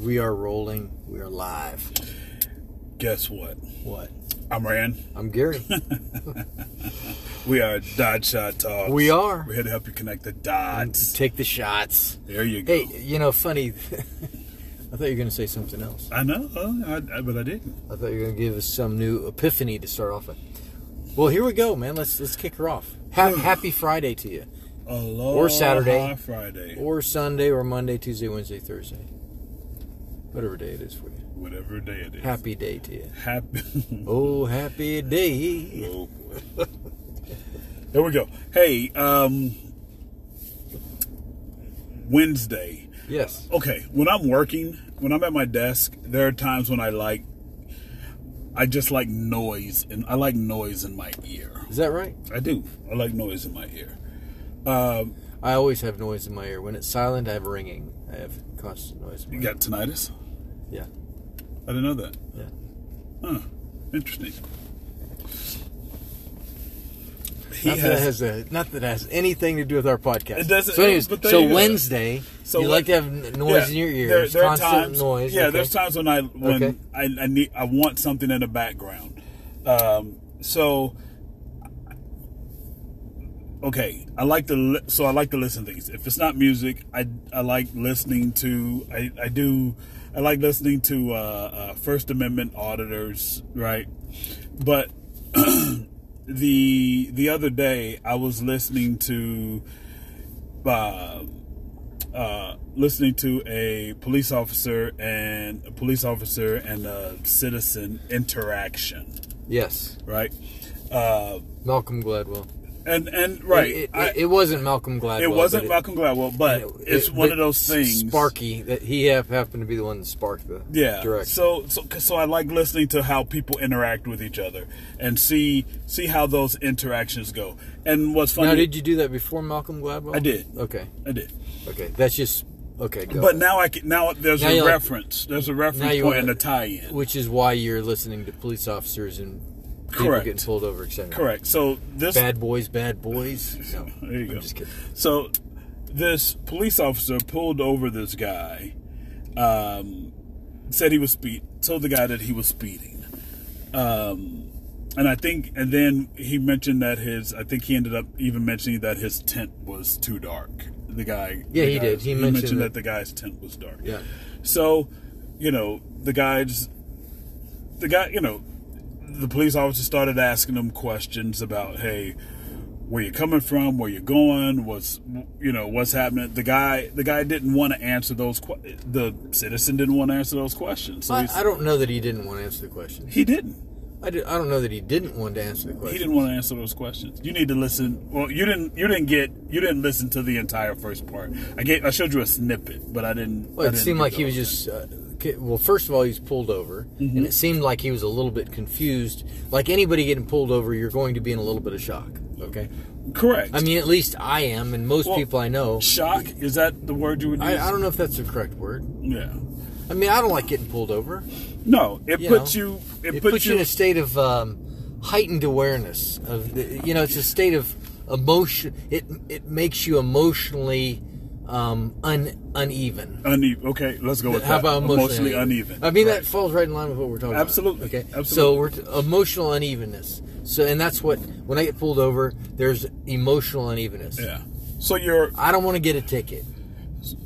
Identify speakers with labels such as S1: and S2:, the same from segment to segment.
S1: We are rolling. We are live.
S2: Guess what?
S1: What?
S2: I'm Rand.
S1: I'm Gary.
S2: We are Dodge Shot Talks.
S1: We are.
S2: We're here to help you connect the dots.
S1: Take the shots.
S2: There you go.
S1: Hey, you know, funny. I thought you were going to say something else.
S2: I know, I, I, but I didn't.
S1: I thought you were going to give us some new epiphany to start off with. Well, here we go, man. Let's let's kick her off. Ha- happy Friday to you,
S2: Aloha
S1: Saturday.
S2: Friday,
S1: or Sunday, or Monday, Tuesday, Wednesday, Thursday, whatever day it is for you.
S2: whatever day it is.
S1: Happy day to you.
S2: Happy.
S1: Oh, happy day.
S2: Oh, boy. there we go. Hey, um, Wednesday.
S1: Yes.
S2: okay when i'm working when i'm at my desk there are times when i like i just like noise and i like noise in my ear
S1: Is that right?
S2: i do i like noise in my ear
S1: I always have noise in my ear. When it's silent, I have ringing. I have constant noise. In my
S2: you
S1: ear.
S2: got tinnitus
S1: Yeah.
S2: i didn't know that
S1: Yeah.
S2: huh interesting he
S1: Not that, it has a, not that it has anything to do with our podcast.
S2: It doesn't-
S1: So, anyways,
S2: but there
S1: so
S2: you go.
S1: Wednesday,
S2: So
S1: you
S2: what-
S1: like to have n- noise in your ears,
S2: There, there are
S1: constant
S2: times,
S1: noise.
S2: Yeah,
S1: okay.
S2: there's times when I when
S1: Okay.
S2: I, I need I want something in the background. Um, so okay, I like to li- so I like to listen to things. If it's not music, I I like listening to I I do I like listening to uh, uh, First Amendment auditors, right? But the the other day I was listening to uh, uh, listening to a police officer and a police officer and a citizen interaction,
S1: Yes,
S2: right? Uh,
S1: Malcolm Gladwell.
S2: and and right,
S1: It, it,
S2: I-
S1: it wasn't Malcolm Gladwell.
S2: it wasn't
S1: but
S2: Malcolm Gladwell, but
S1: it-
S2: it's
S1: it-
S2: one
S1: but
S2: of those things.
S1: Sparky that he have, happened to be the one that sparked the
S2: Yeah.
S1: direction.
S2: So, so, 'cause- so I like listening to how people interact with each other and see see how those interactions go. And what's funny,
S1: now, did you do that before Malcolm Gladwell?
S2: I did.
S1: Okay,
S2: I did.
S1: okay, that's just okay. Go.
S2: But now I can now there's
S1: Now
S2: a
S1: you're like-
S2: reference. there's a
S1: now
S2: reference
S1: you
S2: point
S1: wanna-
S2: and a tie-in.
S1: which is why you're listening to police officers and people
S2: Correct.
S1: getting pulled over, etc.
S2: Correct. So this
S1: Bad boys, bad boys. No,
S2: There you
S1: I'm
S2: go.
S1: just kidding.
S2: So this police officer pulled over this guy, um, said he was speed told the guy that he was speeding. Um, and I think and then he mentioned that his I think he ended up even mentioning that his tent was too dark. The guy
S1: Yeah,
S2: the
S1: he
S2: guy-
S1: did. He mentioned
S2: mentioned
S1: that-
S2: that the guy's tent was dark.
S1: Yeah.
S2: So, you know, the guys the guy, you know, the police officer started asking them questions about, hey, where you coming from, where you're going, what's you know what's happening. The guy, the guy didn't want to answer those. Que- the citizen didn't want to answer those questions, so
S1: I,
S2: he's-
S1: I don't know that he didn't want to answer the question.
S2: he didn't.
S1: I, did, I don't know that he didn't want to answer the
S2: He
S1: question.
S2: didn't want to answer those questions. You need to listen. Well, you didn't. You didn't get. You didn't listen to the entire first part. I gave. I showed you a snippet, but I didn't.
S1: Well,
S2: I
S1: it
S2: didn't
S1: seemed
S2: get Mm-hmm.
S1: like
S2: the
S1: he
S2: whole
S1: was
S2: thing.
S1: just. Uh, ki- well, first of all, he was pulled over, and it seemed like he was a little bit confused. Like anybody getting pulled over, you're going to be in a little bit of shock. Okay.
S2: correct.
S1: I mean, at least I am, and most
S2: Well,
S1: people I know.
S2: shock is that the word you would use?
S1: I, I don't know if that's the correct word.
S2: yeah.
S1: I mean, I don't like getting pulled over.
S2: No, it
S1: You
S2: puts
S1: know,
S2: you. It,
S1: It,
S2: puts, you.
S1: in a state of um, heightened awareness of the, you know, it's a state of emotion. It it makes you emotionally um, un, uneven.
S2: uneven. Okay, let's go with
S1: How
S2: that.
S1: about emotionally,
S2: uneven?
S1: I mean,
S2: Right.
S1: that falls right in line with what we're talking
S2: Absolutely,
S1: about. Okay. So
S2: absolutely.
S1: we're t- emotional unevenness. So, and that's what when I get pulled over, there's emotional unevenness.
S2: Yeah. So you're
S1: I don't want to get a ticket.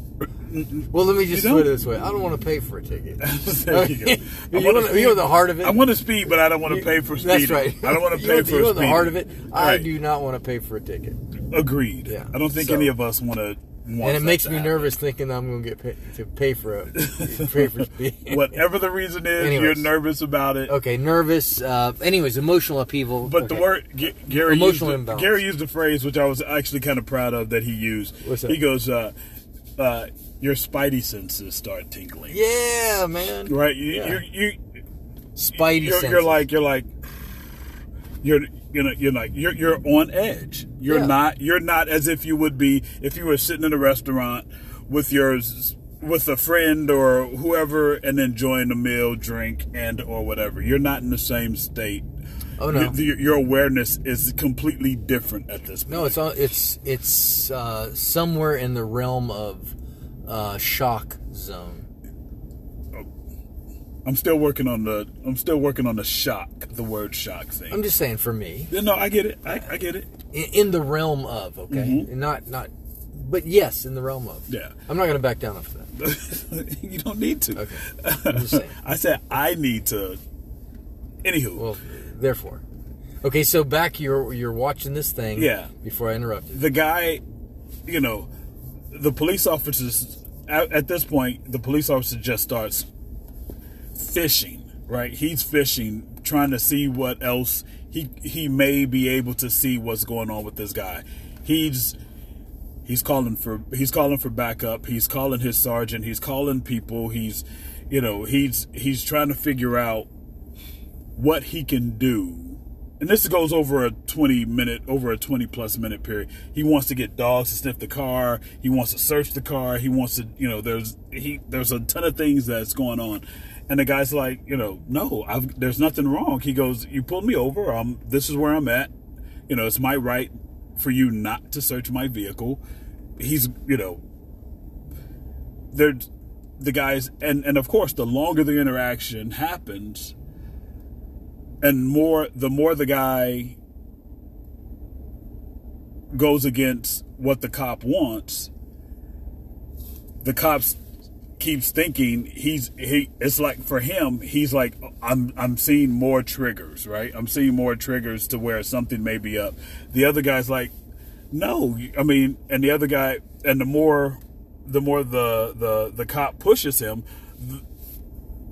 S1: Well, let me just
S2: You
S1: put it
S2: don't-
S1: this way: I don't want to pay for a ticket.
S2: there you go.
S1: You
S2: I wanna
S1: wanna- you know
S2: speed.
S1: the heart of it?
S2: I want to speed, but I don't want to pay for speeding.
S1: That's right.
S2: I don't want to
S1: You
S2: pay
S1: know-
S2: for
S1: you know the
S2: speeding.
S1: heart of it. I
S2: Right.
S1: do not want to pay for a ticket,
S2: Agreed.
S1: Yeah.
S2: I don't think
S1: So-
S2: any of us want to.
S1: and it makes me nervous thinking that I'm going to get paid to pay for a pay for speeding.
S2: Whatever the reason is, you're
S1: Anyways.
S2: nervous about it.
S1: Okay, nervous. Uh, anyways, emotional upheaval.
S2: But the
S1: Okay.
S2: word G- Gary
S1: Emotional
S2: used,
S1: imbalance.
S2: Gary used a phrase which I was actually kind of proud of that he used.
S1: What's that?
S2: He goes, uh, uh, "Your spidey senses start tingling."
S1: Yeah, man.
S2: Right. You,
S1: Yeah.
S2: you, you,
S1: Spidey
S2: you're,
S1: senses.
S2: you're like you're like you're you know you're like you're you're on edge. You're
S1: Yeah.
S2: not you're not as if you would be if you were sitting in a restaurant with yours with a friend or whoever and enjoying a meal, drink and or whatever. You're not in the same state.
S1: Oh, no.
S2: Your- Your, your awareness is completely different at this point.
S1: no, it's all- it's it's uh, somewhere in the realm of uh, shock zone.
S2: I'm still working on the I'm still working on the shock, the word shock thing.
S1: I'm just saying for me,
S2: Yeah, no, I get it. I, I get it.
S1: in, in the realm of okay, not not, but yes, in the realm of.
S2: Mm-hmm. Yeah.
S1: I'm not going to back down off of that.
S2: you don't need to.
S1: Okay, I'm just saying.
S2: I said I need to. Anywho,
S1: Well, therefore, okay. So back, you're you're watching this thing.
S2: Yeah.
S1: Before I interrupted.
S2: the guy, you know, the police officers at, at this point, the police officer just starts fishing, right? He's fishing, trying to see what else he he may be able to see what's going on with this guy. He's he's calling for he's calling for backup. He's calling his sergeant. He's calling people. He's you know he's he's trying to figure out what he can do. And this goes over a 20 minute, over a 20 plus minute period. He wants to get dogs to sniff the car. He wants to search the car. He wants to, you know, there's he there's a ton of things that's going on. And the guy's like, you know, no, I've, there's nothing wrong. He goes, you pulled me over. Um, this is where I'm at. You know, it's my right for you not to search my vehicle. He's, you know, they're the guys, and and of course, the longer the interaction happens, and more the more the guy goes against what the cop wants the cops keeps thinking he's he it's like for him he's like i'm i'm seeing more triggers right i'm seeing more triggers to where something may be up the other guy's like no you- i mean and the other guy and the more the more the the the cop pushes him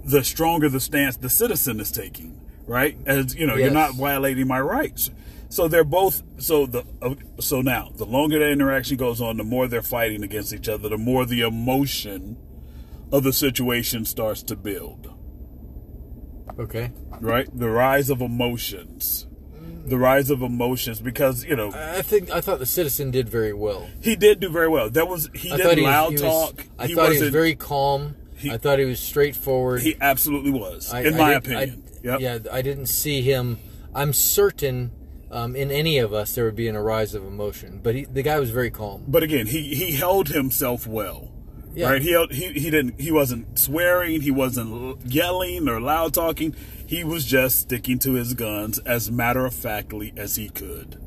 S2: the stronger the stance the citizen is taking, right? As you know, you're
S1: Yes.
S2: not violating my rights. So they're both so the uh, so now the longer the interaction goes on, the more they're fighting against each other, the more the emotion of the situation starts to build,
S1: Okay.
S2: right? The rise of emotions, the rise of emotions, because you know
S1: I think I thought the citizen did very well.
S2: he did do very well. That was he
S1: I
S2: did
S1: was-
S2: loud
S1: was-
S2: talk.
S1: I thought he was
S2: wasn't-
S1: very calm.
S2: he-
S1: I thought he was straightforward.
S2: He absolutely was,
S1: I-
S2: in
S1: I
S2: my
S1: didn't- I-
S2: opinion. Yep.
S1: Yeah, I didn't see him. I'm certain um, in any of us there would be an arise of emotion, but he, the guy was very calm.
S2: but again, he he held himself well.
S1: Yeah.
S2: Right? He, held, he he didn't he wasn't swearing, he wasn't l- yelling or loud talking. He was just sticking to his guns as matter of factly as he could.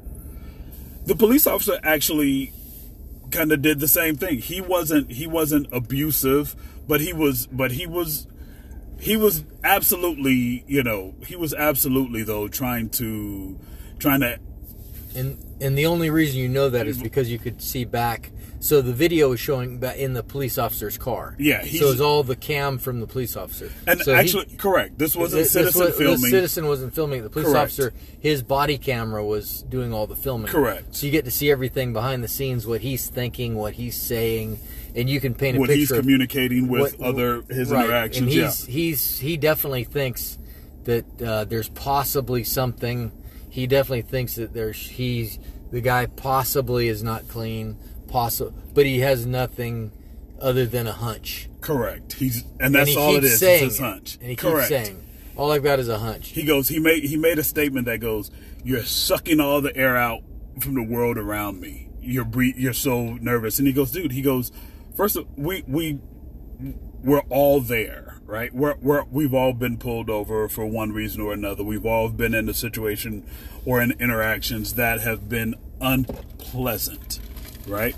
S2: The police officer actually kind of did the same thing. He wasn't he wasn't abusive, but he was but he was he was absolutely, you know, he was absolutely though trying to trying to
S1: And and the only reason you know that is
S2: Mm-hmm.
S1: because you could see back. So the video is showing ba- in the police officer's car.
S2: Yeah, he's-
S1: so it's all the cam from the police officer.
S2: and
S1: so he-
S2: actually correct. This wasn't
S1: this- this
S2: citizen
S1: was-
S2: filming.
S1: The citizen wasn't filming. it. The police
S2: Correct.
S1: officer, his body camera was doing all the filming.
S2: Correct.
S1: So you get to see everything behind the scenes, what he's thinking, what he's saying, and you can paint a
S2: what
S1: picture.
S2: he's
S1: of
S2: communicating with
S1: what-
S2: other his
S1: right,
S2: interactions.
S1: And he's,
S2: yeah,
S1: he's he definitely thinks that uh, there's possibly something. He definitely thinks that there's he's the guy possibly is not clean, possible, but he has nothing other than a hunch.
S2: correct. He's and
S1: and
S2: that's
S1: he
S2: all it
S1: keeps
S2: is.
S1: saying
S2: it's his
S1: it,
S2: hunch.
S1: and he
S2: correct.
S1: keeps saying, "All I've got is a hunch."
S2: He goes. He made he made a statement that goes, "You're sucking all the air out from the world around me. You're bre- you're so nervous." And he goes, "Dude." He goes, first of we we we're all there, right? We're, we're we've all been pulled over for one reason or another. We've all been in a situation or in interactions that have been unpleasant, right?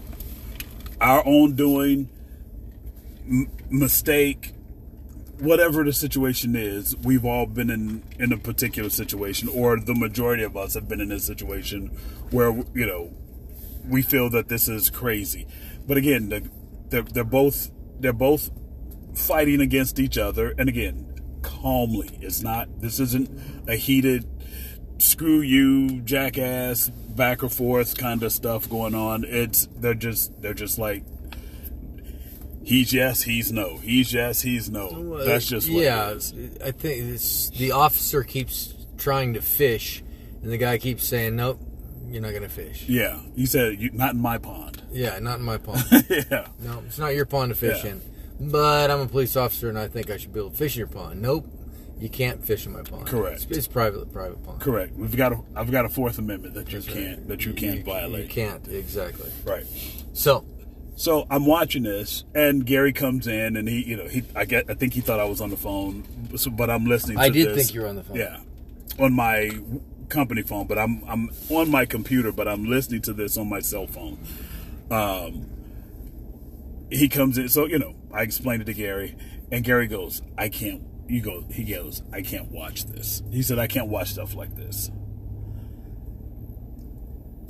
S2: Our own doing, m- mistake, whatever the situation is, we've all been in in a particular situation, or the majority of us have been in a situation where you know we feel that this is crazy. But again, the, they're they're both they're both fighting against each other, and again, calmly. It's not this isn't a heated screw you jackass back or forth kind of stuff going on. It's they're just they're just like. He's yes, he's no. He's yes, he's no.
S1: Well,
S2: That's just what
S1: Uh, yeah.
S2: it is.
S1: I think it's, the officer keeps trying to fish, and the guy keeps saying, "Nope, you're not gonna fish."
S2: Yeah, he said, you, "Not in my pond."
S1: Yeah, not in my pond.
S2: yeah,
S1: no, it's not your pond to fish
S2: Yeah.
S1: in. But I'm a police officer, and I think I should be able to fish in your pond. Nope, you can't fish in my pond.
S2: Correct.
S1: It's, it's private, private pond.
S2: correct. We've got a, I've got a Fourth Amendment that you
S1: That's right.
S2: can't, that you can't
S1: You
S2: violate.
S1: can't exactly.
S2: Right.
S1: So,
S2: So I'm watching this, and Gary comes in, and he, you know, he, I get, I think he thought I was on the phone, so, but I'm listening. to
S1: I did
S2: this.
S1: think you were on the phone.
S2: Yeah, on my company phone, but I'm I'm on my computer, but I'm listening to this on my cell phone. Um, he comes in, so you know, I explained it to Gary, and Gary goes, "I can't." You go. He goes, "I can't watch this." He said, "I can't watch stuff like this."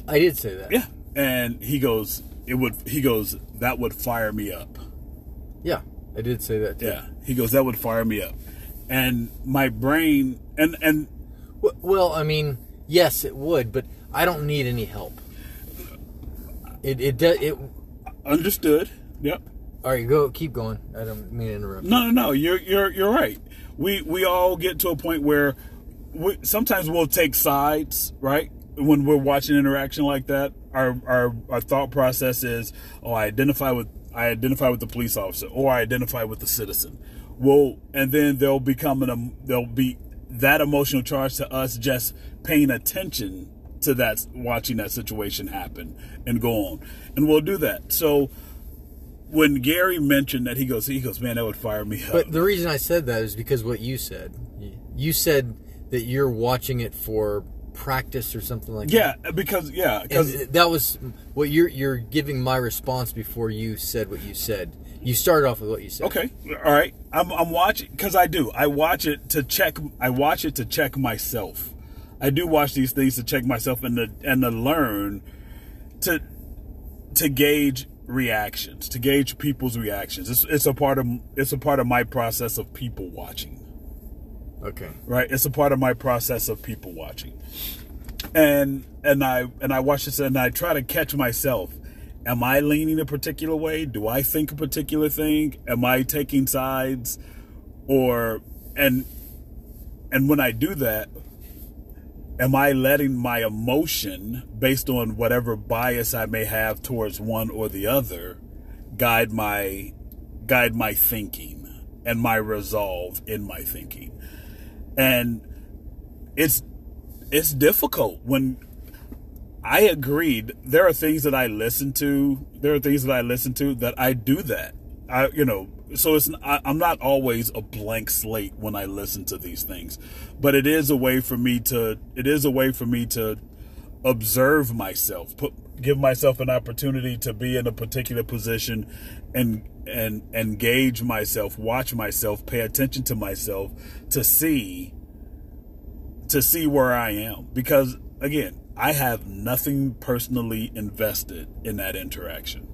S1: I did say that.
S2: Yeah, and he goes, "It would." He goes, "That would fire me up."
S1: Yeah, I did say that too.
S2: Yeah, he goes, "That would fire me up," and my brain, and and
S1: W- Well, I mean, yes, it would, but I don't need any help. It it does it. All
S2: understood. Yep.
S1: right, go keep going. I don't mean to interrupt.
S2: No, no, no. You're you're you're right. We we all get to a point where we, sometimes we'll take sides, right? When we're watching interaction like that, our, our our thought process is, oh, I identify with I identify with the police officer, or I identify with the citizen. Well, and then there'll become an em- there'll be that emotional charge to us just paying attention to that, watching that situation happen and go on, and we'll do that. So when Gary mentioned that, he goes, he goes, man, that would fire me up.
S1: But the reason I said that is because what you said. You said that you're watching it for practice or something like
S2: yeah, because yeah,
S1: that. And
S2: because
S1: that was what you're you're giving my response before you said what you said. You started off with what you said.
S2: okay, all right, I'm I'm watching because I do. I watch it to check. I watch it to check myself. I do watch these things to check myself and to and to learn to to gauge reactions, to gauge people's reactions. It's it's a part of it's a part of my process of people watching.
S1: Okay.
S2: right it's a part of my process of people watching and and i and i watch this and i try to catch myself am i leaning a particular way do i think a particular thing am i taking sides or and and when i do that am i letting my emotion based on whatever bias i may have towards one or the other guide my guide my thinking and my resolve in my thinking and it's it's difficult when I agreed there are things that I listen to there are things that I listen to that I do that I you know so it's I, I'm not always a blank slate when I listen to these things but it is a way for me to it is a way for me to observe myself put give myself an opportunity to be in a particular position and and engage myself watch myself pay attention to myself to see to see where I am because again, I have nothing personally invested in that interaction.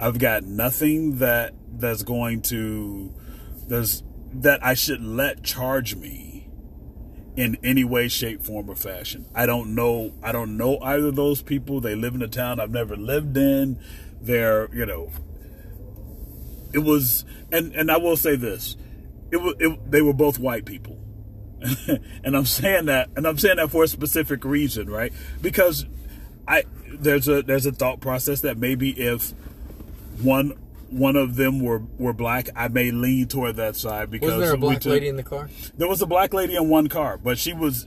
S2: I've got nothing that that's going to that's that I should let charge me in any way shape form or fashion. I don't know I don't know either of those people. They live in a town I've never lived in. They're, you know, it was and and I will say this. It was it, they were both white people and I'm saying that, and I'm saying that for a specific reason, right? Because I there's a there's a thought process that maybe if one one of them were were black, I may lean toward that side because
S1: Wasn't there a
S2: we
S1: black
S2: took-
S1: lady in the car?
S2: There was a black lady in one car, but she was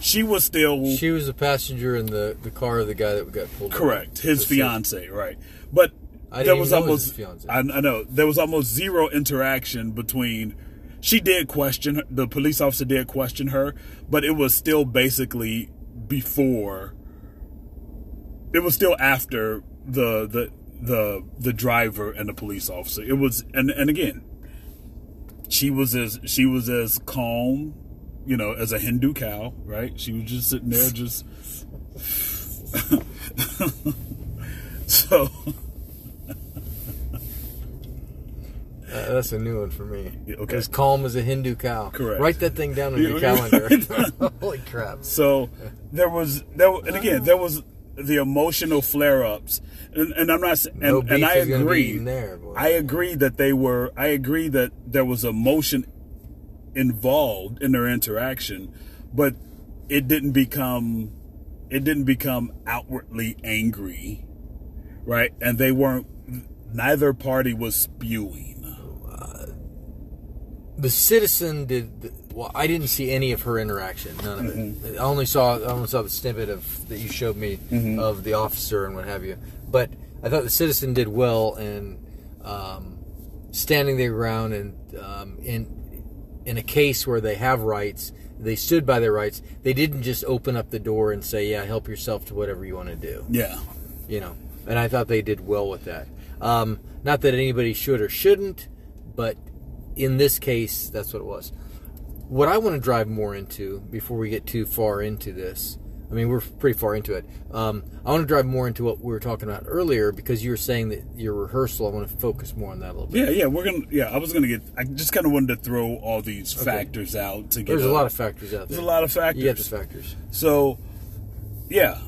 S2: she was still
S1: She was a passenger in the, the car of the guy that got pulled. over.
S2: Correct. His
S1: So she-
S2: fiance, right? But
S1: I didn't
S2: there
S1: even
S2: was
S1: know it was
S2: almost
S1: his fiance.
S2: I, I know there was almost zero interaction between. She did question the police officer. Did question her, but it was still basically before. It was still after the the the the driver and the police officer. It was and and again, she was as she was as calm, you know, as a Hindu cow, right? She was just sitting there, just so.
S1: Uh, that's a new one for me.
S2: Yeah, okay.
S1: As calm as a Hindu cow.
S2: Correct.
S1: Write that thing down on your
S2: Yeah,
S1: calendar.
S2: right.
S1: Holy crap.
S2: So there was there, wa- and again there was the emotional flare ups, and, and I'm not s- and,
S1: No beef
S2: and I
S1: is gonna be
S2: agree.
S1: eaten there, boy.
S2: I agree that they were. I agree that there was emotion involved in their interaction, but it didn't become it didn't become outwardly angry, right? And they weren't. Neither party was spewing.
S1: The citizen did. The, well, I didn't see any of her interaction. None of it. I only saw. I only saw the snippet of that you showed me of the officer and what have you. But I thought the citizen did well in um, standing their ground and um, in in a case where they have rights, they stood by their rights. They didn't just open up the door and say, "Yeah, help yourself to whatever you want to do."
S2: Yeah.
S1: You know, and I thought they did well with that. Um, not that anybody should or shouldn't, but in this case, that's what it was. What I want to drive more into before we get too far into this, I mean, we're pretty far into it. Um, I want to drive more into what we were talking about earlier because you were saying that your rehearsal, I want to focus more on that a little bit.
S2: Yeah, yeah, we're gonna. Yeah, I was gonna get. I just kind of wanted to throw all these factors out to get.
S1: There's a lot of factors out there.
S2: There's a lot of factors.
S1: You got the factors.
S2: So, yeah,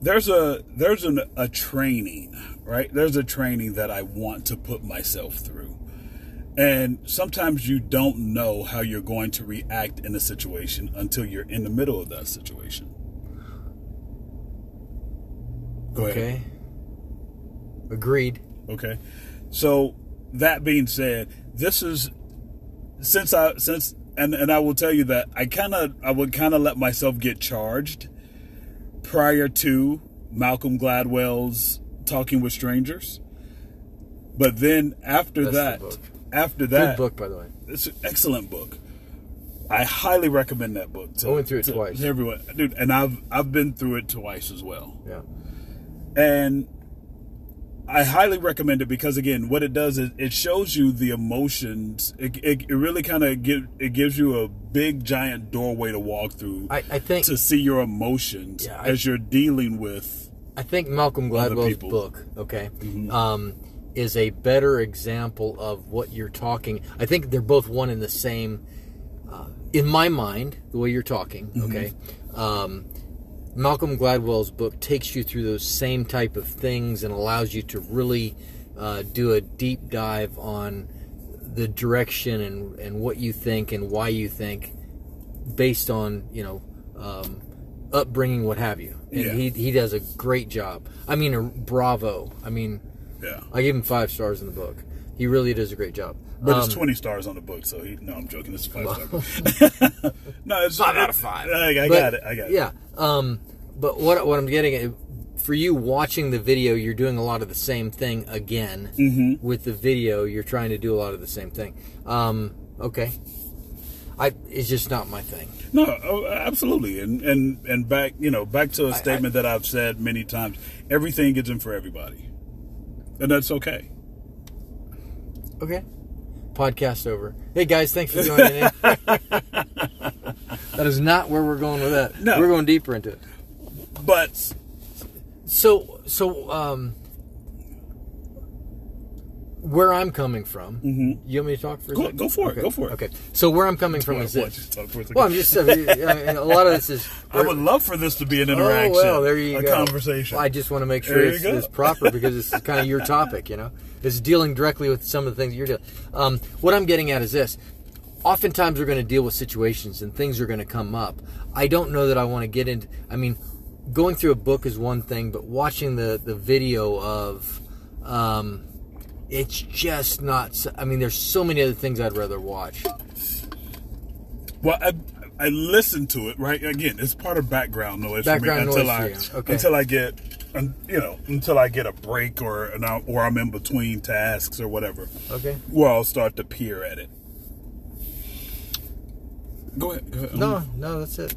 S2: there's a there's an, a training, right? There's a training that I want to put myself through, and sometimes you don't know how you're going to react in a situation until you're in the middle of that situation. Go ahead.
S1: Okay. Agreed.
S2: Okay. So that being said, this is since I since and and I will tell you that I kind of I would kind of let myself get charged prior to Malcolm Gladwell's Talking with Strangers. But then after
S1: That's the
S2: that,
S1: book.
S2: after
S1: Good
S2: that,
S1: book, by the way.
S2: it's an excellent book. I highly recommend that book. To,
S1: I went through it
S2: to-
S1: twice.
S2: to everyone, dude, and I've I've been through it twice as well
S1: Yeah.
S2: and I highly recommend it because again, what it does is it shows you the emotions. It, it, it really kind of give it gives you a big giant doorway to walk through
S1: I, I think
S2: to see your emotions
S1: Yeah, I-
S2: as you're dealing with.
S1: I think Malcolm
S2: Other
S1: Gladwell's
S2: people. Mm-hmm.
S1: book, okay, um, is a better example of what you're talking. I think they're both one and the same. Uh, in my mind, the way you're talking, okay,
S2: Mm-hmm.
S1: um, Malcolm Gladwell's book takes you through those same type of things and allows you to really uh, do a deep dive on the direction and, and what you think and why you think based on you know um, upbringing, what have you. And
S2: Yeah.
S1: he he does a great job. I mean, a, bravo. I mean,
S2: Yeah,
S1: I give him five stars in the book. He really does a great job.
S2: but
S1: Um,
S2: it's twenty stars on the book, so he, no, I'm joking. It's a five star. book. no, it's
S1: Five out of five.
S2: I, I
S1: but-
S2: got it. I got it.
S1: Yeah. Um, but what what I'm getting at, for you watching the video, you're doing a lot of the same thing again.
S2: Mm-hmm.
S1: With the video, you're trying to do a lot of the same thing. Um, okay. I it's just not my thing.
S2: No, oh, absolutely, and and and back, you know, back to a statement that I've said many times: everything gets in for everybody, and that's okay.
S1: Okay. Podcast over. Hey guys, thanks for joining in. that is not where we're going with that.
S2: No.
S1: We're going deeper into it.
S2: But
S1: So so um where I'm coming from, you want me to talk for a
S2: Mm-hmm.
S1: second?
S2: Go- go for it,
S1: Okay,
S2: go for it.
S1: Okay. So where I'm coming from
S2: Well,
S1: is
S2: what,
S1: this.
S2: just talk for a second?
S1: Well, I'm just I mean, a lot of this is
S2: I would love for this to be an
S1: Oh
S2: interaction,
S1: well, there you
S2: a
S1: go.
S2: conversation.
S1: I just want to make sure
S2: There you
S1: it's,
S2: go.
S1: it's proper because it's kind of your topic, you know. It's dealing directly with some of the things that you're dealing. Um, what I'm getting at is this: oftentimes we're going to deal with situations and things are going to come up. I don't know that I want to get into. I mean, going through a book is one thing, but watching the the video of. Um, it's just not. s- I mean, there's so many other things I'd rather watch.
S2: well, I, I listen to it right again. It's part of background noise
S1: Background
S2: for me until
S1: noise for you,
S2: I
S1: okay.
S2: until I get, un, you know, until I get a break or an, hour- or I'm in between tasks or whatever.
S1: Okay.
S2: Where I'll start to peer at it. Go ahead. Go ahead.
S1: No, no, that's it.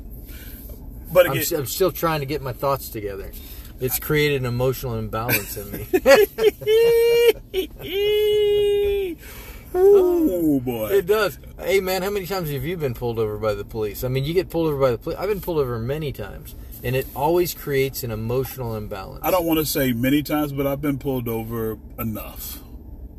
S2: but
S1: I'm,
S2: again,
S1: s- I'm still trying to get my thoughts together. It's created an emotional imbalance in me.
S2: oh boy.
S1: it does. Hey, man, how many times have you been pulled over by the police? I mean, you get pulled over by the police. I've been pulled over many times, and it always creates an emotional imbalance.
S2: I don't want to say many times, but I've been pulled over enough.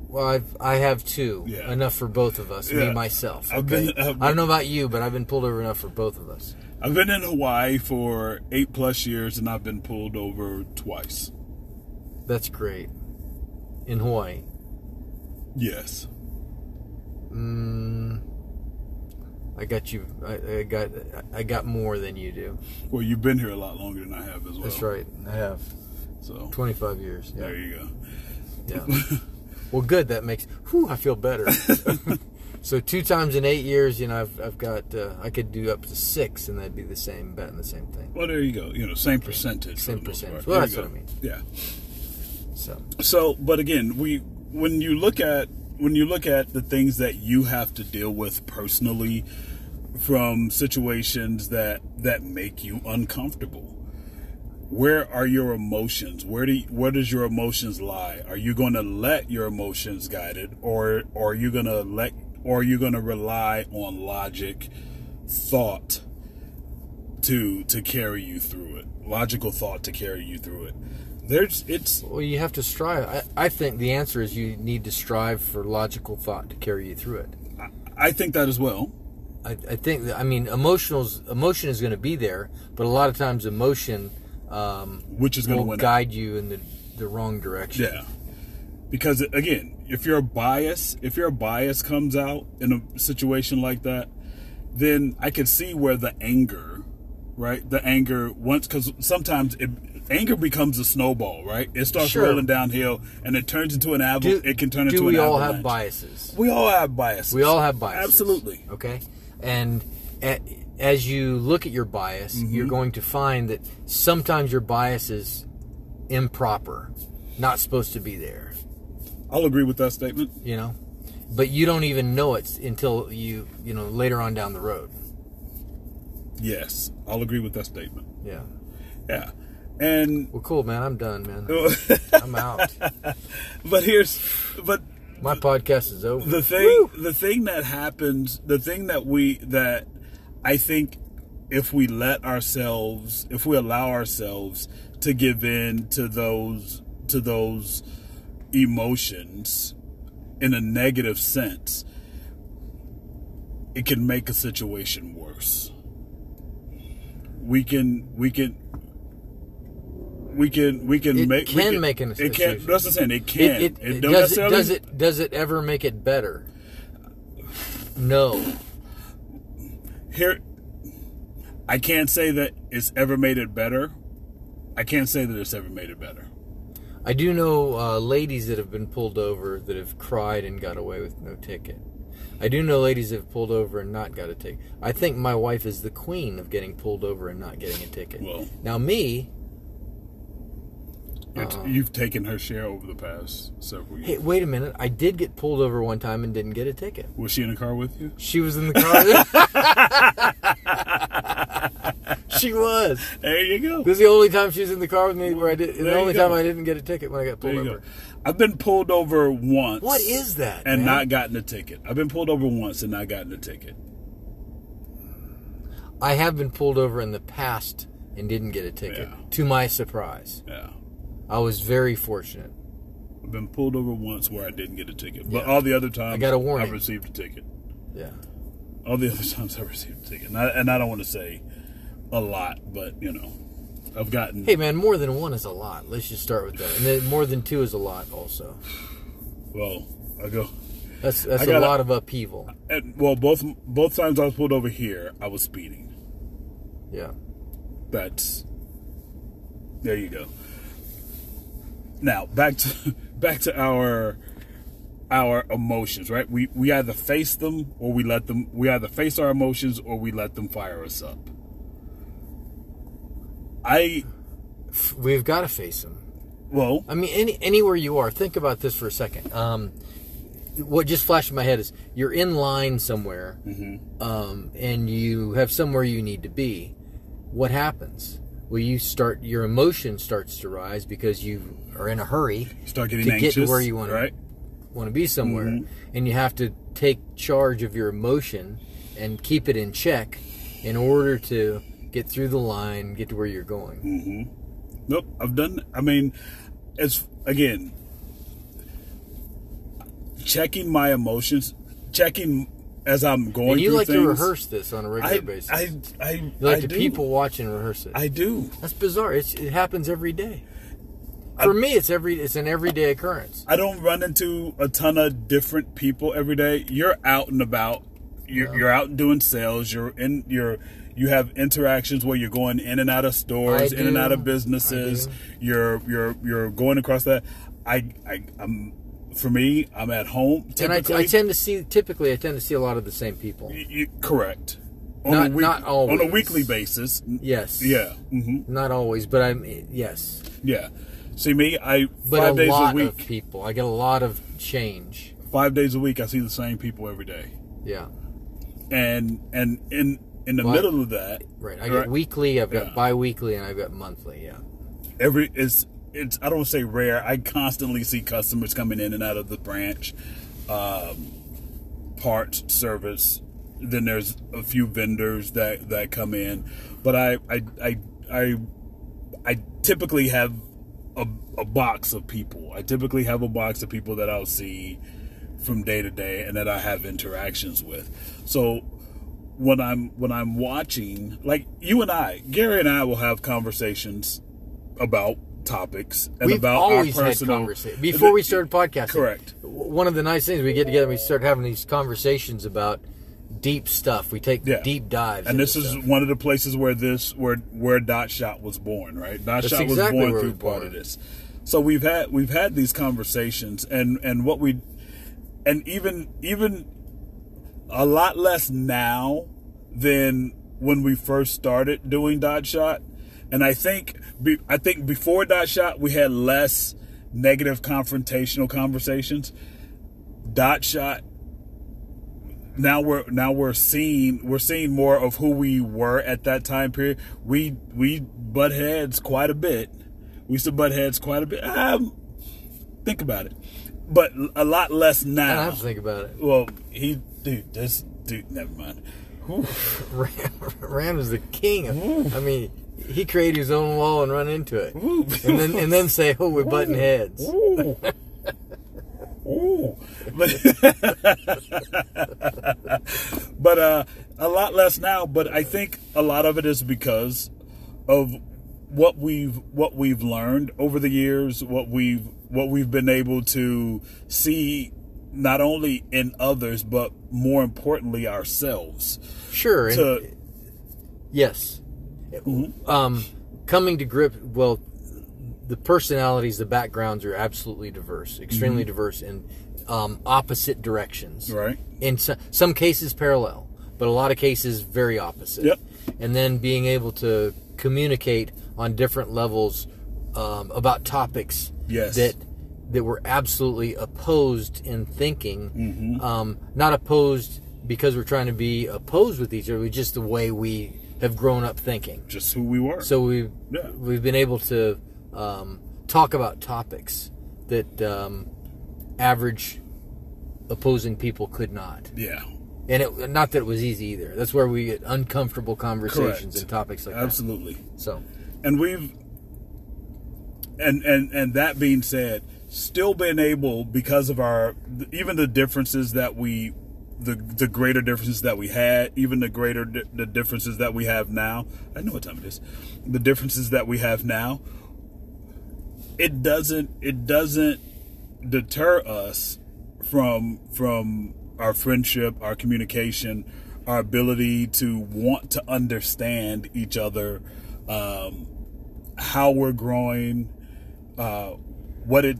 S1: Well, I've, I have two.
S2: Yeah.
S1: Enough for both of us. Me
S2: Yeah.
S1: myself.
S2: I've
S1: okay?
S2: been- I've-
S1: I don't know about you, but I've been pulled over enough for both of us.
S2: I've been in Hawaii for eight plus years, and I've been pulled over twice.
S1: That's great. In Hawaii.
S2: Yes.
S1: Mm, I got you. I, I got. I got more than you do.
S2: Well, you've been here a lot longer than I have as well.
S1: That's right. I have
S2: So
S1: 25 years. Yeah.
S2: there you go.
S1: Yeah. well, good. That makes. Whew, I feel better. so two times in eight years, you know, I've I've got uh, I could do up to six, and that'd be the same, batting the same thing.
S2: Well, there you go. You know, same percentage. for
S1: Same
S2: the most
S1: percentage.
S2: part.
S1: Well,
S2: There you
S1: that's what
S2: go.
S1: I mean.
S2: Yeah.
S1: So
S2: So, but again, we when you look at when you look at the things that you have to deal with personally from situations that that make you uncomfortable. Where are your emotions? Where do you, where does your emotions lie? Are you going to let your emotions guide it or, or are you going to let or are you going to rely on logic, thought, to to carry you through it logical thought to carry you through it there's it's
S1: well, you have to strive. I, I think the answer is you need to strive for logical thought to carry you through it.
S2: I- i think that as well
S1: I, I think that, I mean emotionals emotion is going to be there, but a lot of times emotion um,
S2: which is going to
S1: will
S2: win
S1: guide you in the, the wrong direction.
S2: yeah because again if your bias if your bias comes out in a situation like that then i can see where the anger right the anger once because sometimes it anger becomes a snowball right it starts
S1: Sure.
S2: rolling downhill and it turns into an avalanche it can turn
S1: do
S2: into
S1: we
S2: an
S1: all
S2: avalanche
S1: have biases?
S2: we all have biases
S1: We all have biases.
S2: absolutely
S1: Okay. And a as you look at your bias,
S2: Mm-hmm.
S1: you're going to find that sometimes your bias is improper, not supposed to be there,
S2: i'll agree with that statement
S1: you know? But you don't even know it until you, you know, later on down the road.
S2: Yes, I'll agree with that statement.
S1: Yeah.
S2: Yeah, and
S1: Well, cool, man. I'm done, man. I'm out.
S2: but here's but
S1: My podcast is over.
S2: the thing the thing that happens the thing that we that I think if we let ourselves if we allow ourselves to give in to those to those emotions in a negative sense it can make a situation worse we can we can we can we can
S1: It
S2: make we
S1: can make an
S2: it can
S1: situation.
S2: that's what I'm saying it can
S1: It,
S2: it,
S1: it, it
S2: don't
S1: does, it,
S2: necessarily-
S1: does it does it ever make it better? No.
S2: here I can't say that it's ever made it better. I can't say that it's ever made it better.
S1: I do know uh, ladies that have been pulled over that have cried and got away with no ticket. I do know ladies that have pulled over and not got a ticket. I think my wife is the queen of getting pulled over and not getting a ticket.
S2: Well.
S1: now me,
S2: It's, You've taken her share over the past several years.
S1: Uh-huh. hey, wait a minute. I did get pulled over one time and didn't get a ticket.
S2: Was she in a car with you?
S1: She was in the car. she was.
S2: There you go.
S1: This is the only time she was in the car with me where I did.
S2: There
S1: The
S2: you
S1: only
S2: go.
S1: time I didn't get a ticket when I got
S2: There
S1: pulled
S2: you go.
S1: over.
S2: I've been pulled over once.
S1: What is that?
S2: and
S1: man?
S2: not gotten a ticket. I've been pulled over once and not gotten a ticket.
S1: I have been pulled over in the past and didn't get a ticket.
S2: Yeah.
S1: To my surprise,
S2: Yeah.
S1: I was very fortunate.
S2: I've been pulled over once where I didn't get a ticket. But
S1: Yeah.
S2: all the other times
S1: I got a warning.
S2: I've received a ticket.
S1: Yeah.
S2: All the other times I've received a ticket. And I, and I don't want to say a lot, but you know, I've gotten
S1: Hey man, more than one is a lot. Let's just start with that. And then more than two is a lot also.
S2: well, I go
S1: That's that's
S2: I
S1: a
S2: gotta-
S1: lot of upheaval.
S2: And, well, both both times I was pulled over here, I was speeding.
S1: Yeah.
S2: That's there you go. Now back to back to our our emotions, right? We we either face them or we let them. We either face our emotions or we let them fire us up. I
S1: We've got to face them.
S2: well,
S1: I mean, any, anywhere you are, think about this for a second. Um, what just flashed in my head is you're in line somewhere,
S2: Mm-hmm.
S1: um, and you have somewhere you need to be. What happens? Well, you start your emotion starts to rise because you are in a hurry
S2: start getting
S1: to
S2: anxious.
S1: get to where you want
S2: right? Mm-hmm.
S1: to want to be somewhere, and you have to take charge of your emotion and keep it in check in order to get through the line, get to where you're going.
S2: Mm-hmm. Nope, I've done. I mean, it's again checking my emotions, checking as I'm going.
S1: And you
S2: through
S1: like
S2: things.
S1: to rehearse this on a regular
S2: I,
S1: basis.
S2: I, I,
S1: You like
S2: I
S1: the
S2: do.
S1: people watch and rehearse it.
S2: I do.
S1: That's bizarre. It's, it happens every day. For me, it's every it's an everyday occurrence.
S2: I don't run into a ton of different people every day. You're out and about. You're, you're out doing sales. You're in. You're you have interactions where you're going in and out of stores,
S1: I
S2: in and out
S1: do.
S2: of businesses.
S1: I do.
S2: You're you're you're going across that. I I I'm for me. I'm at home.
S1: And I,
S2: Typically.
S1: I tend to see typically I tend to see a lot of the same people.
S2: Y- y- correct.
S1: Not-
S2: a week-
S1: not always.
S2: On a weekly basis.
S1: Yes.
S2: Yeah. hmm
S1: Not always, but I'm yes.
S2: Yeah. See me, I
S1: But
S2: five
S1: a
S2: days
S1: lot
S2: a week,
S1: of people. I get a lot of change.
S2: five days a week, I see the same people every day,
S1: Yeah.
S2: and and in in the
S1: But-
S2: middle of that,
S1: Right. I get weekly, I've got
S2: Yeah.
S1: bi-weekly, and I've got monthly. Yeah.
S2: every it's it's I don't say rare. I constantly see customers coming in and out of the branch, um, parts, service. Then there's a few vendors that that come in, but I I I I, I typically have a, a box of people. I typically have a box of people that I'll see from day to day and that I have interactions with. So when I'm when I'm watching, like you and I, Gary and I will have conversations about topics and
S1: We've
S2: about
S1: always
S2: our
S1: had
S2: personal
S1: conversations before we started podcasting.
S2: Correct.
S1: w- One of the nice things we get together, and we start having these conversations about deep stuff. We take
S2: Yeah.
S1: deep dives,
S2: And
S1: into
S2: this is
S1: stuff.
S2: one of the places where this where where Dot Shot was born, right? Dot
S1: That's
S2: Shot was
S1: exactly
S2: born
S1: where
S2: through
S1: we were
S2: part
S1: born.
S2: of this. So we've had we've had these conversations and and what we and even even a lot less now than when we first started doing dot shot and i think be, i think before dot shot we had less negative confrontational conversations dot shot now we're now we're seeing we're seeing more of who we were at that time period we we butt heads quite a bit we used to butt heads quite a bit um, think about it but a lot less
S1: I
S2: now
S1: don't have to think about it.
S2: well, he dude, this dude. Never mind.
S1: Rand, Rand was the king. Of, I mean, he created his own wall and run into it, and then and then say, "Oh, we're butting heads."
S2: Ooh. Ooh. But, but uh, a lot less now. But I think a lot of it is because of what we've what we've learned over the years, what we've what we've been able to see not only in others but more importantly ourselves
S1: Sure. and-
S2: to
S1: Yes. Um, coming to grip. Well, the personalities, the backgrounds are absolutely diverse, extremely diverse in um, opposite directions.
S2: Mm-hmm. Right.
S1: In so, some cases, parallel, but a lot of cases, very opposite.
S2: Yep.
S1: And then being able to communicate on different levels um, about topics
S2: Yes.
S1: that that were absolutely opposed in thinking.
S2: Mm-hmm.
S1: Um, not opposed because we're trying to be opposed with each other, but just the way we have grown up thinking.
S2: just who we were.
S1: So we've
S2: Yeah.
S1: we've been able to um, talk about topics that um, average opposing people could not,
S2: yeah.
S1: and it, not that it was easy either. That's where we get uncomfortable conversations
S2: Correct.
S1: and topics like
S2: Absolutely.
S1: that. So
S2: And we've and and and that being said, still been able because of our even the differences that we the the greater differences that we had, even the greater di- the differences that we have now. I know what time it is. The differences that we have now, it doesn't it doesn't deter us from from our friendship, our communication, our ability to want to understand each other, um, how we're growing, uh, what it,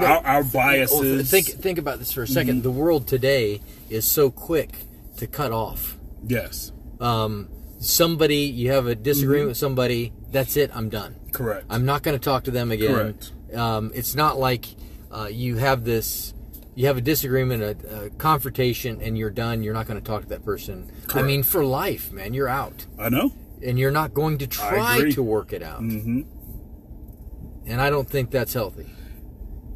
S2: our, our biases.
S1: Well, oh, th- think think about this for
S2: Mm-hmm.
S1: a 2nd The world today is so quick to cut off.
S2: yes,
S1: Um, somebody you have a disagreement with somebody. That's it. I'm done.
S2: Mm-hmm. correct.
S1: I'm not going to talk to them again.
S2: Correct.
S1: Um, it's not like uh, you have this, you have a disagreement, a, a confrontation, and you're done. You're not going to talk to that person. I mean, for life, man, you're out,
S2: I know.
S1: and you're not going to try
S2: agree.
S1: to work it out. Mm-hmm. And I don't think that's healthy.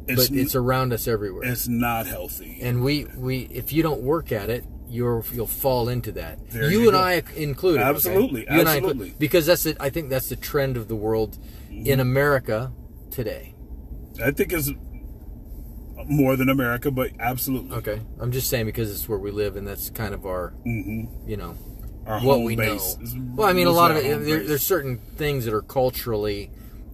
S2: It's,
S1: But it's around us everywhere.
S2: it's not healthy.
S1: and we we if you don't work at it you're you'll fall into that
S2: There
S1: you,
S2: you
S1: and
S2: go.
S1: i included okay?
S2: Absolutely,
S1: You and I
S2: absolutely. Mm-hmm.
S1: included, because that's the, i think that's the trend of the world in america today
S2: I think it's more than America, but absolutely
S1: okay i'm just saying because it's where we live and that's kind of our you know
S2: Mm-hmm. Our
S1: what
S2: home
S1: we
S2: base
S1: know
S2: is
S1: well i mean a
S2: mostly
S1: lot of
S2: our home
S1: it there,
S2: base.
S1: there's certain things that are culturally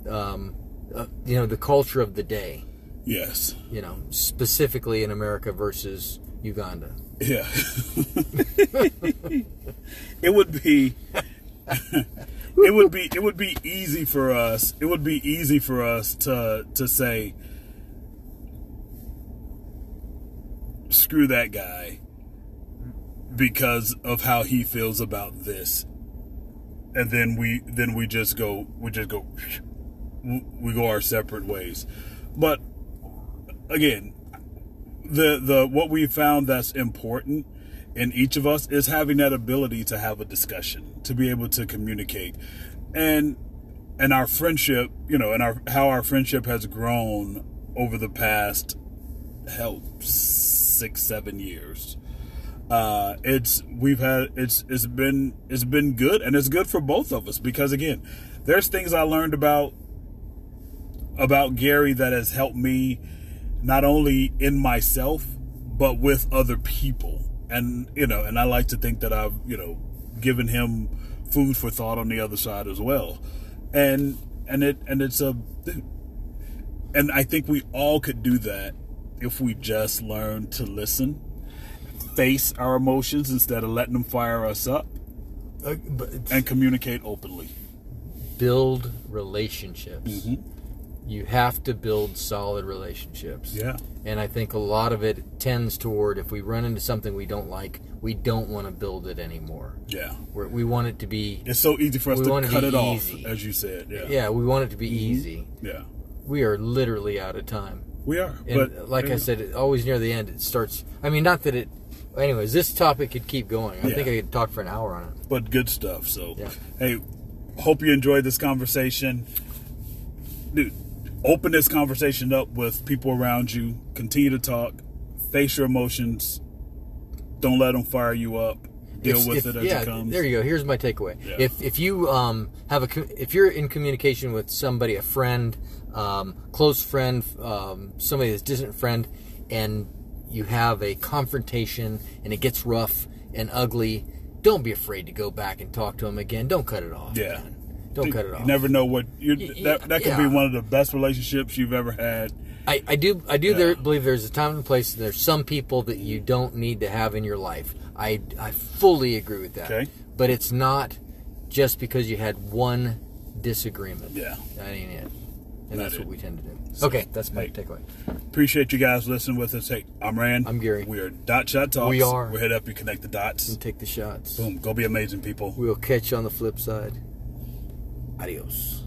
S1: um, uh, you know the culture of the day
S2: yes,
S1: you know specifically in america versus uganda
S2: yeah. it would be. it would be it would be easy for us. It would be easy for us to to say, screw that guy because of how he feels about this, and then we then we just go we just go w- we go our separate ways. But again, the the what we found that's important in each of us is having that ability to have a discussion, to be able to communicate, and and our friendship, you know, and our how our friendship has grown over the past hell six seven years. Uh, it's we've had it's it's been it's been good and it's good for both of us because again, there's things I learned about about Gary that has helped me not only in myself but with other people and you know and i like to think that i've you know given him food for thought on the other side as well and and it and it's a and i think we all could do that if we just learn to listen face our emotions instead of letting them fire us up
S1: Uh, but it's-
S2: and communicate openly
S1: build relationships. You have to build solid relationships.
S2: yeah
S1: And I think a lot of it tends toward if we run into something we don't like, we don't want to build it anymore.
S2: yeah
S1: We're, we want it to be,
S2: it's so easy for us
S1: We
S2: to
S1: wanna
S2: cut
S1: be
S2: it
S1: easy.
S2: off as you said yeah
S1: yeah, we want it to be easy.
S2: yeah
S1: We are literally out of time.
S2: we are
S1: And
S2: but
S1: like I said, it, always near the end, it starts. I mean, not that it. Anyways, this topic could keep going. I
S2: Yeah.
S1: think I could talk for an hour on it.
S2: but good stuff. So,
S1: Yeah.
S2: hey, hope you enjoyed this conversation. Dude, open this conversation up with people around you. Continue to talk. Face your emotions. Don't let them fire you up. Deal
S1: If-
S2: with
S1: if-
S2: it as
S1: yeah,
S2: it comes.
S1: There you go. Here's my takeaway.
S2: Yeah.
S1: If if you um have a co- if you're in communication with somebody, a friend, um, close friend, um, somebody that's distant friend, and you have a confrontation and it gets rough and ugly, don't be afraid to go back and talk to them again. Don't cut it off.
S2: Yeah.
S1: man. Don't cut it off.
S2: You never know what you
S1: Y- y-
S2: that that could
S1: yeah.
S2: be one of the best relationships you've ever had.
S1: I, I do I do there, believe there's a time and place. And there's some people that you don't need to have in your life. I, I fully agree with that.
S2: Okay.
S1: But it's not just because you had one disagreement.
S2: Yeah.
S1: That ain't it. And
S2: Not
S1: that's what
S2: it.
S1: we tend to do. okay, that's my
S2: hey.
S1: takeaway.
S2: Appreciate you guys listening with us. Hey, I'm Rand.
S1: I'm Gary.
S2: We are Dot Shot Talks.
S1: We are. Mm.
S2: We're here to help you connect the dots.
S1: And take the shots.
S2: Boom. Go be amazing, people.
S1: We'll catch you on the flip side. Adios.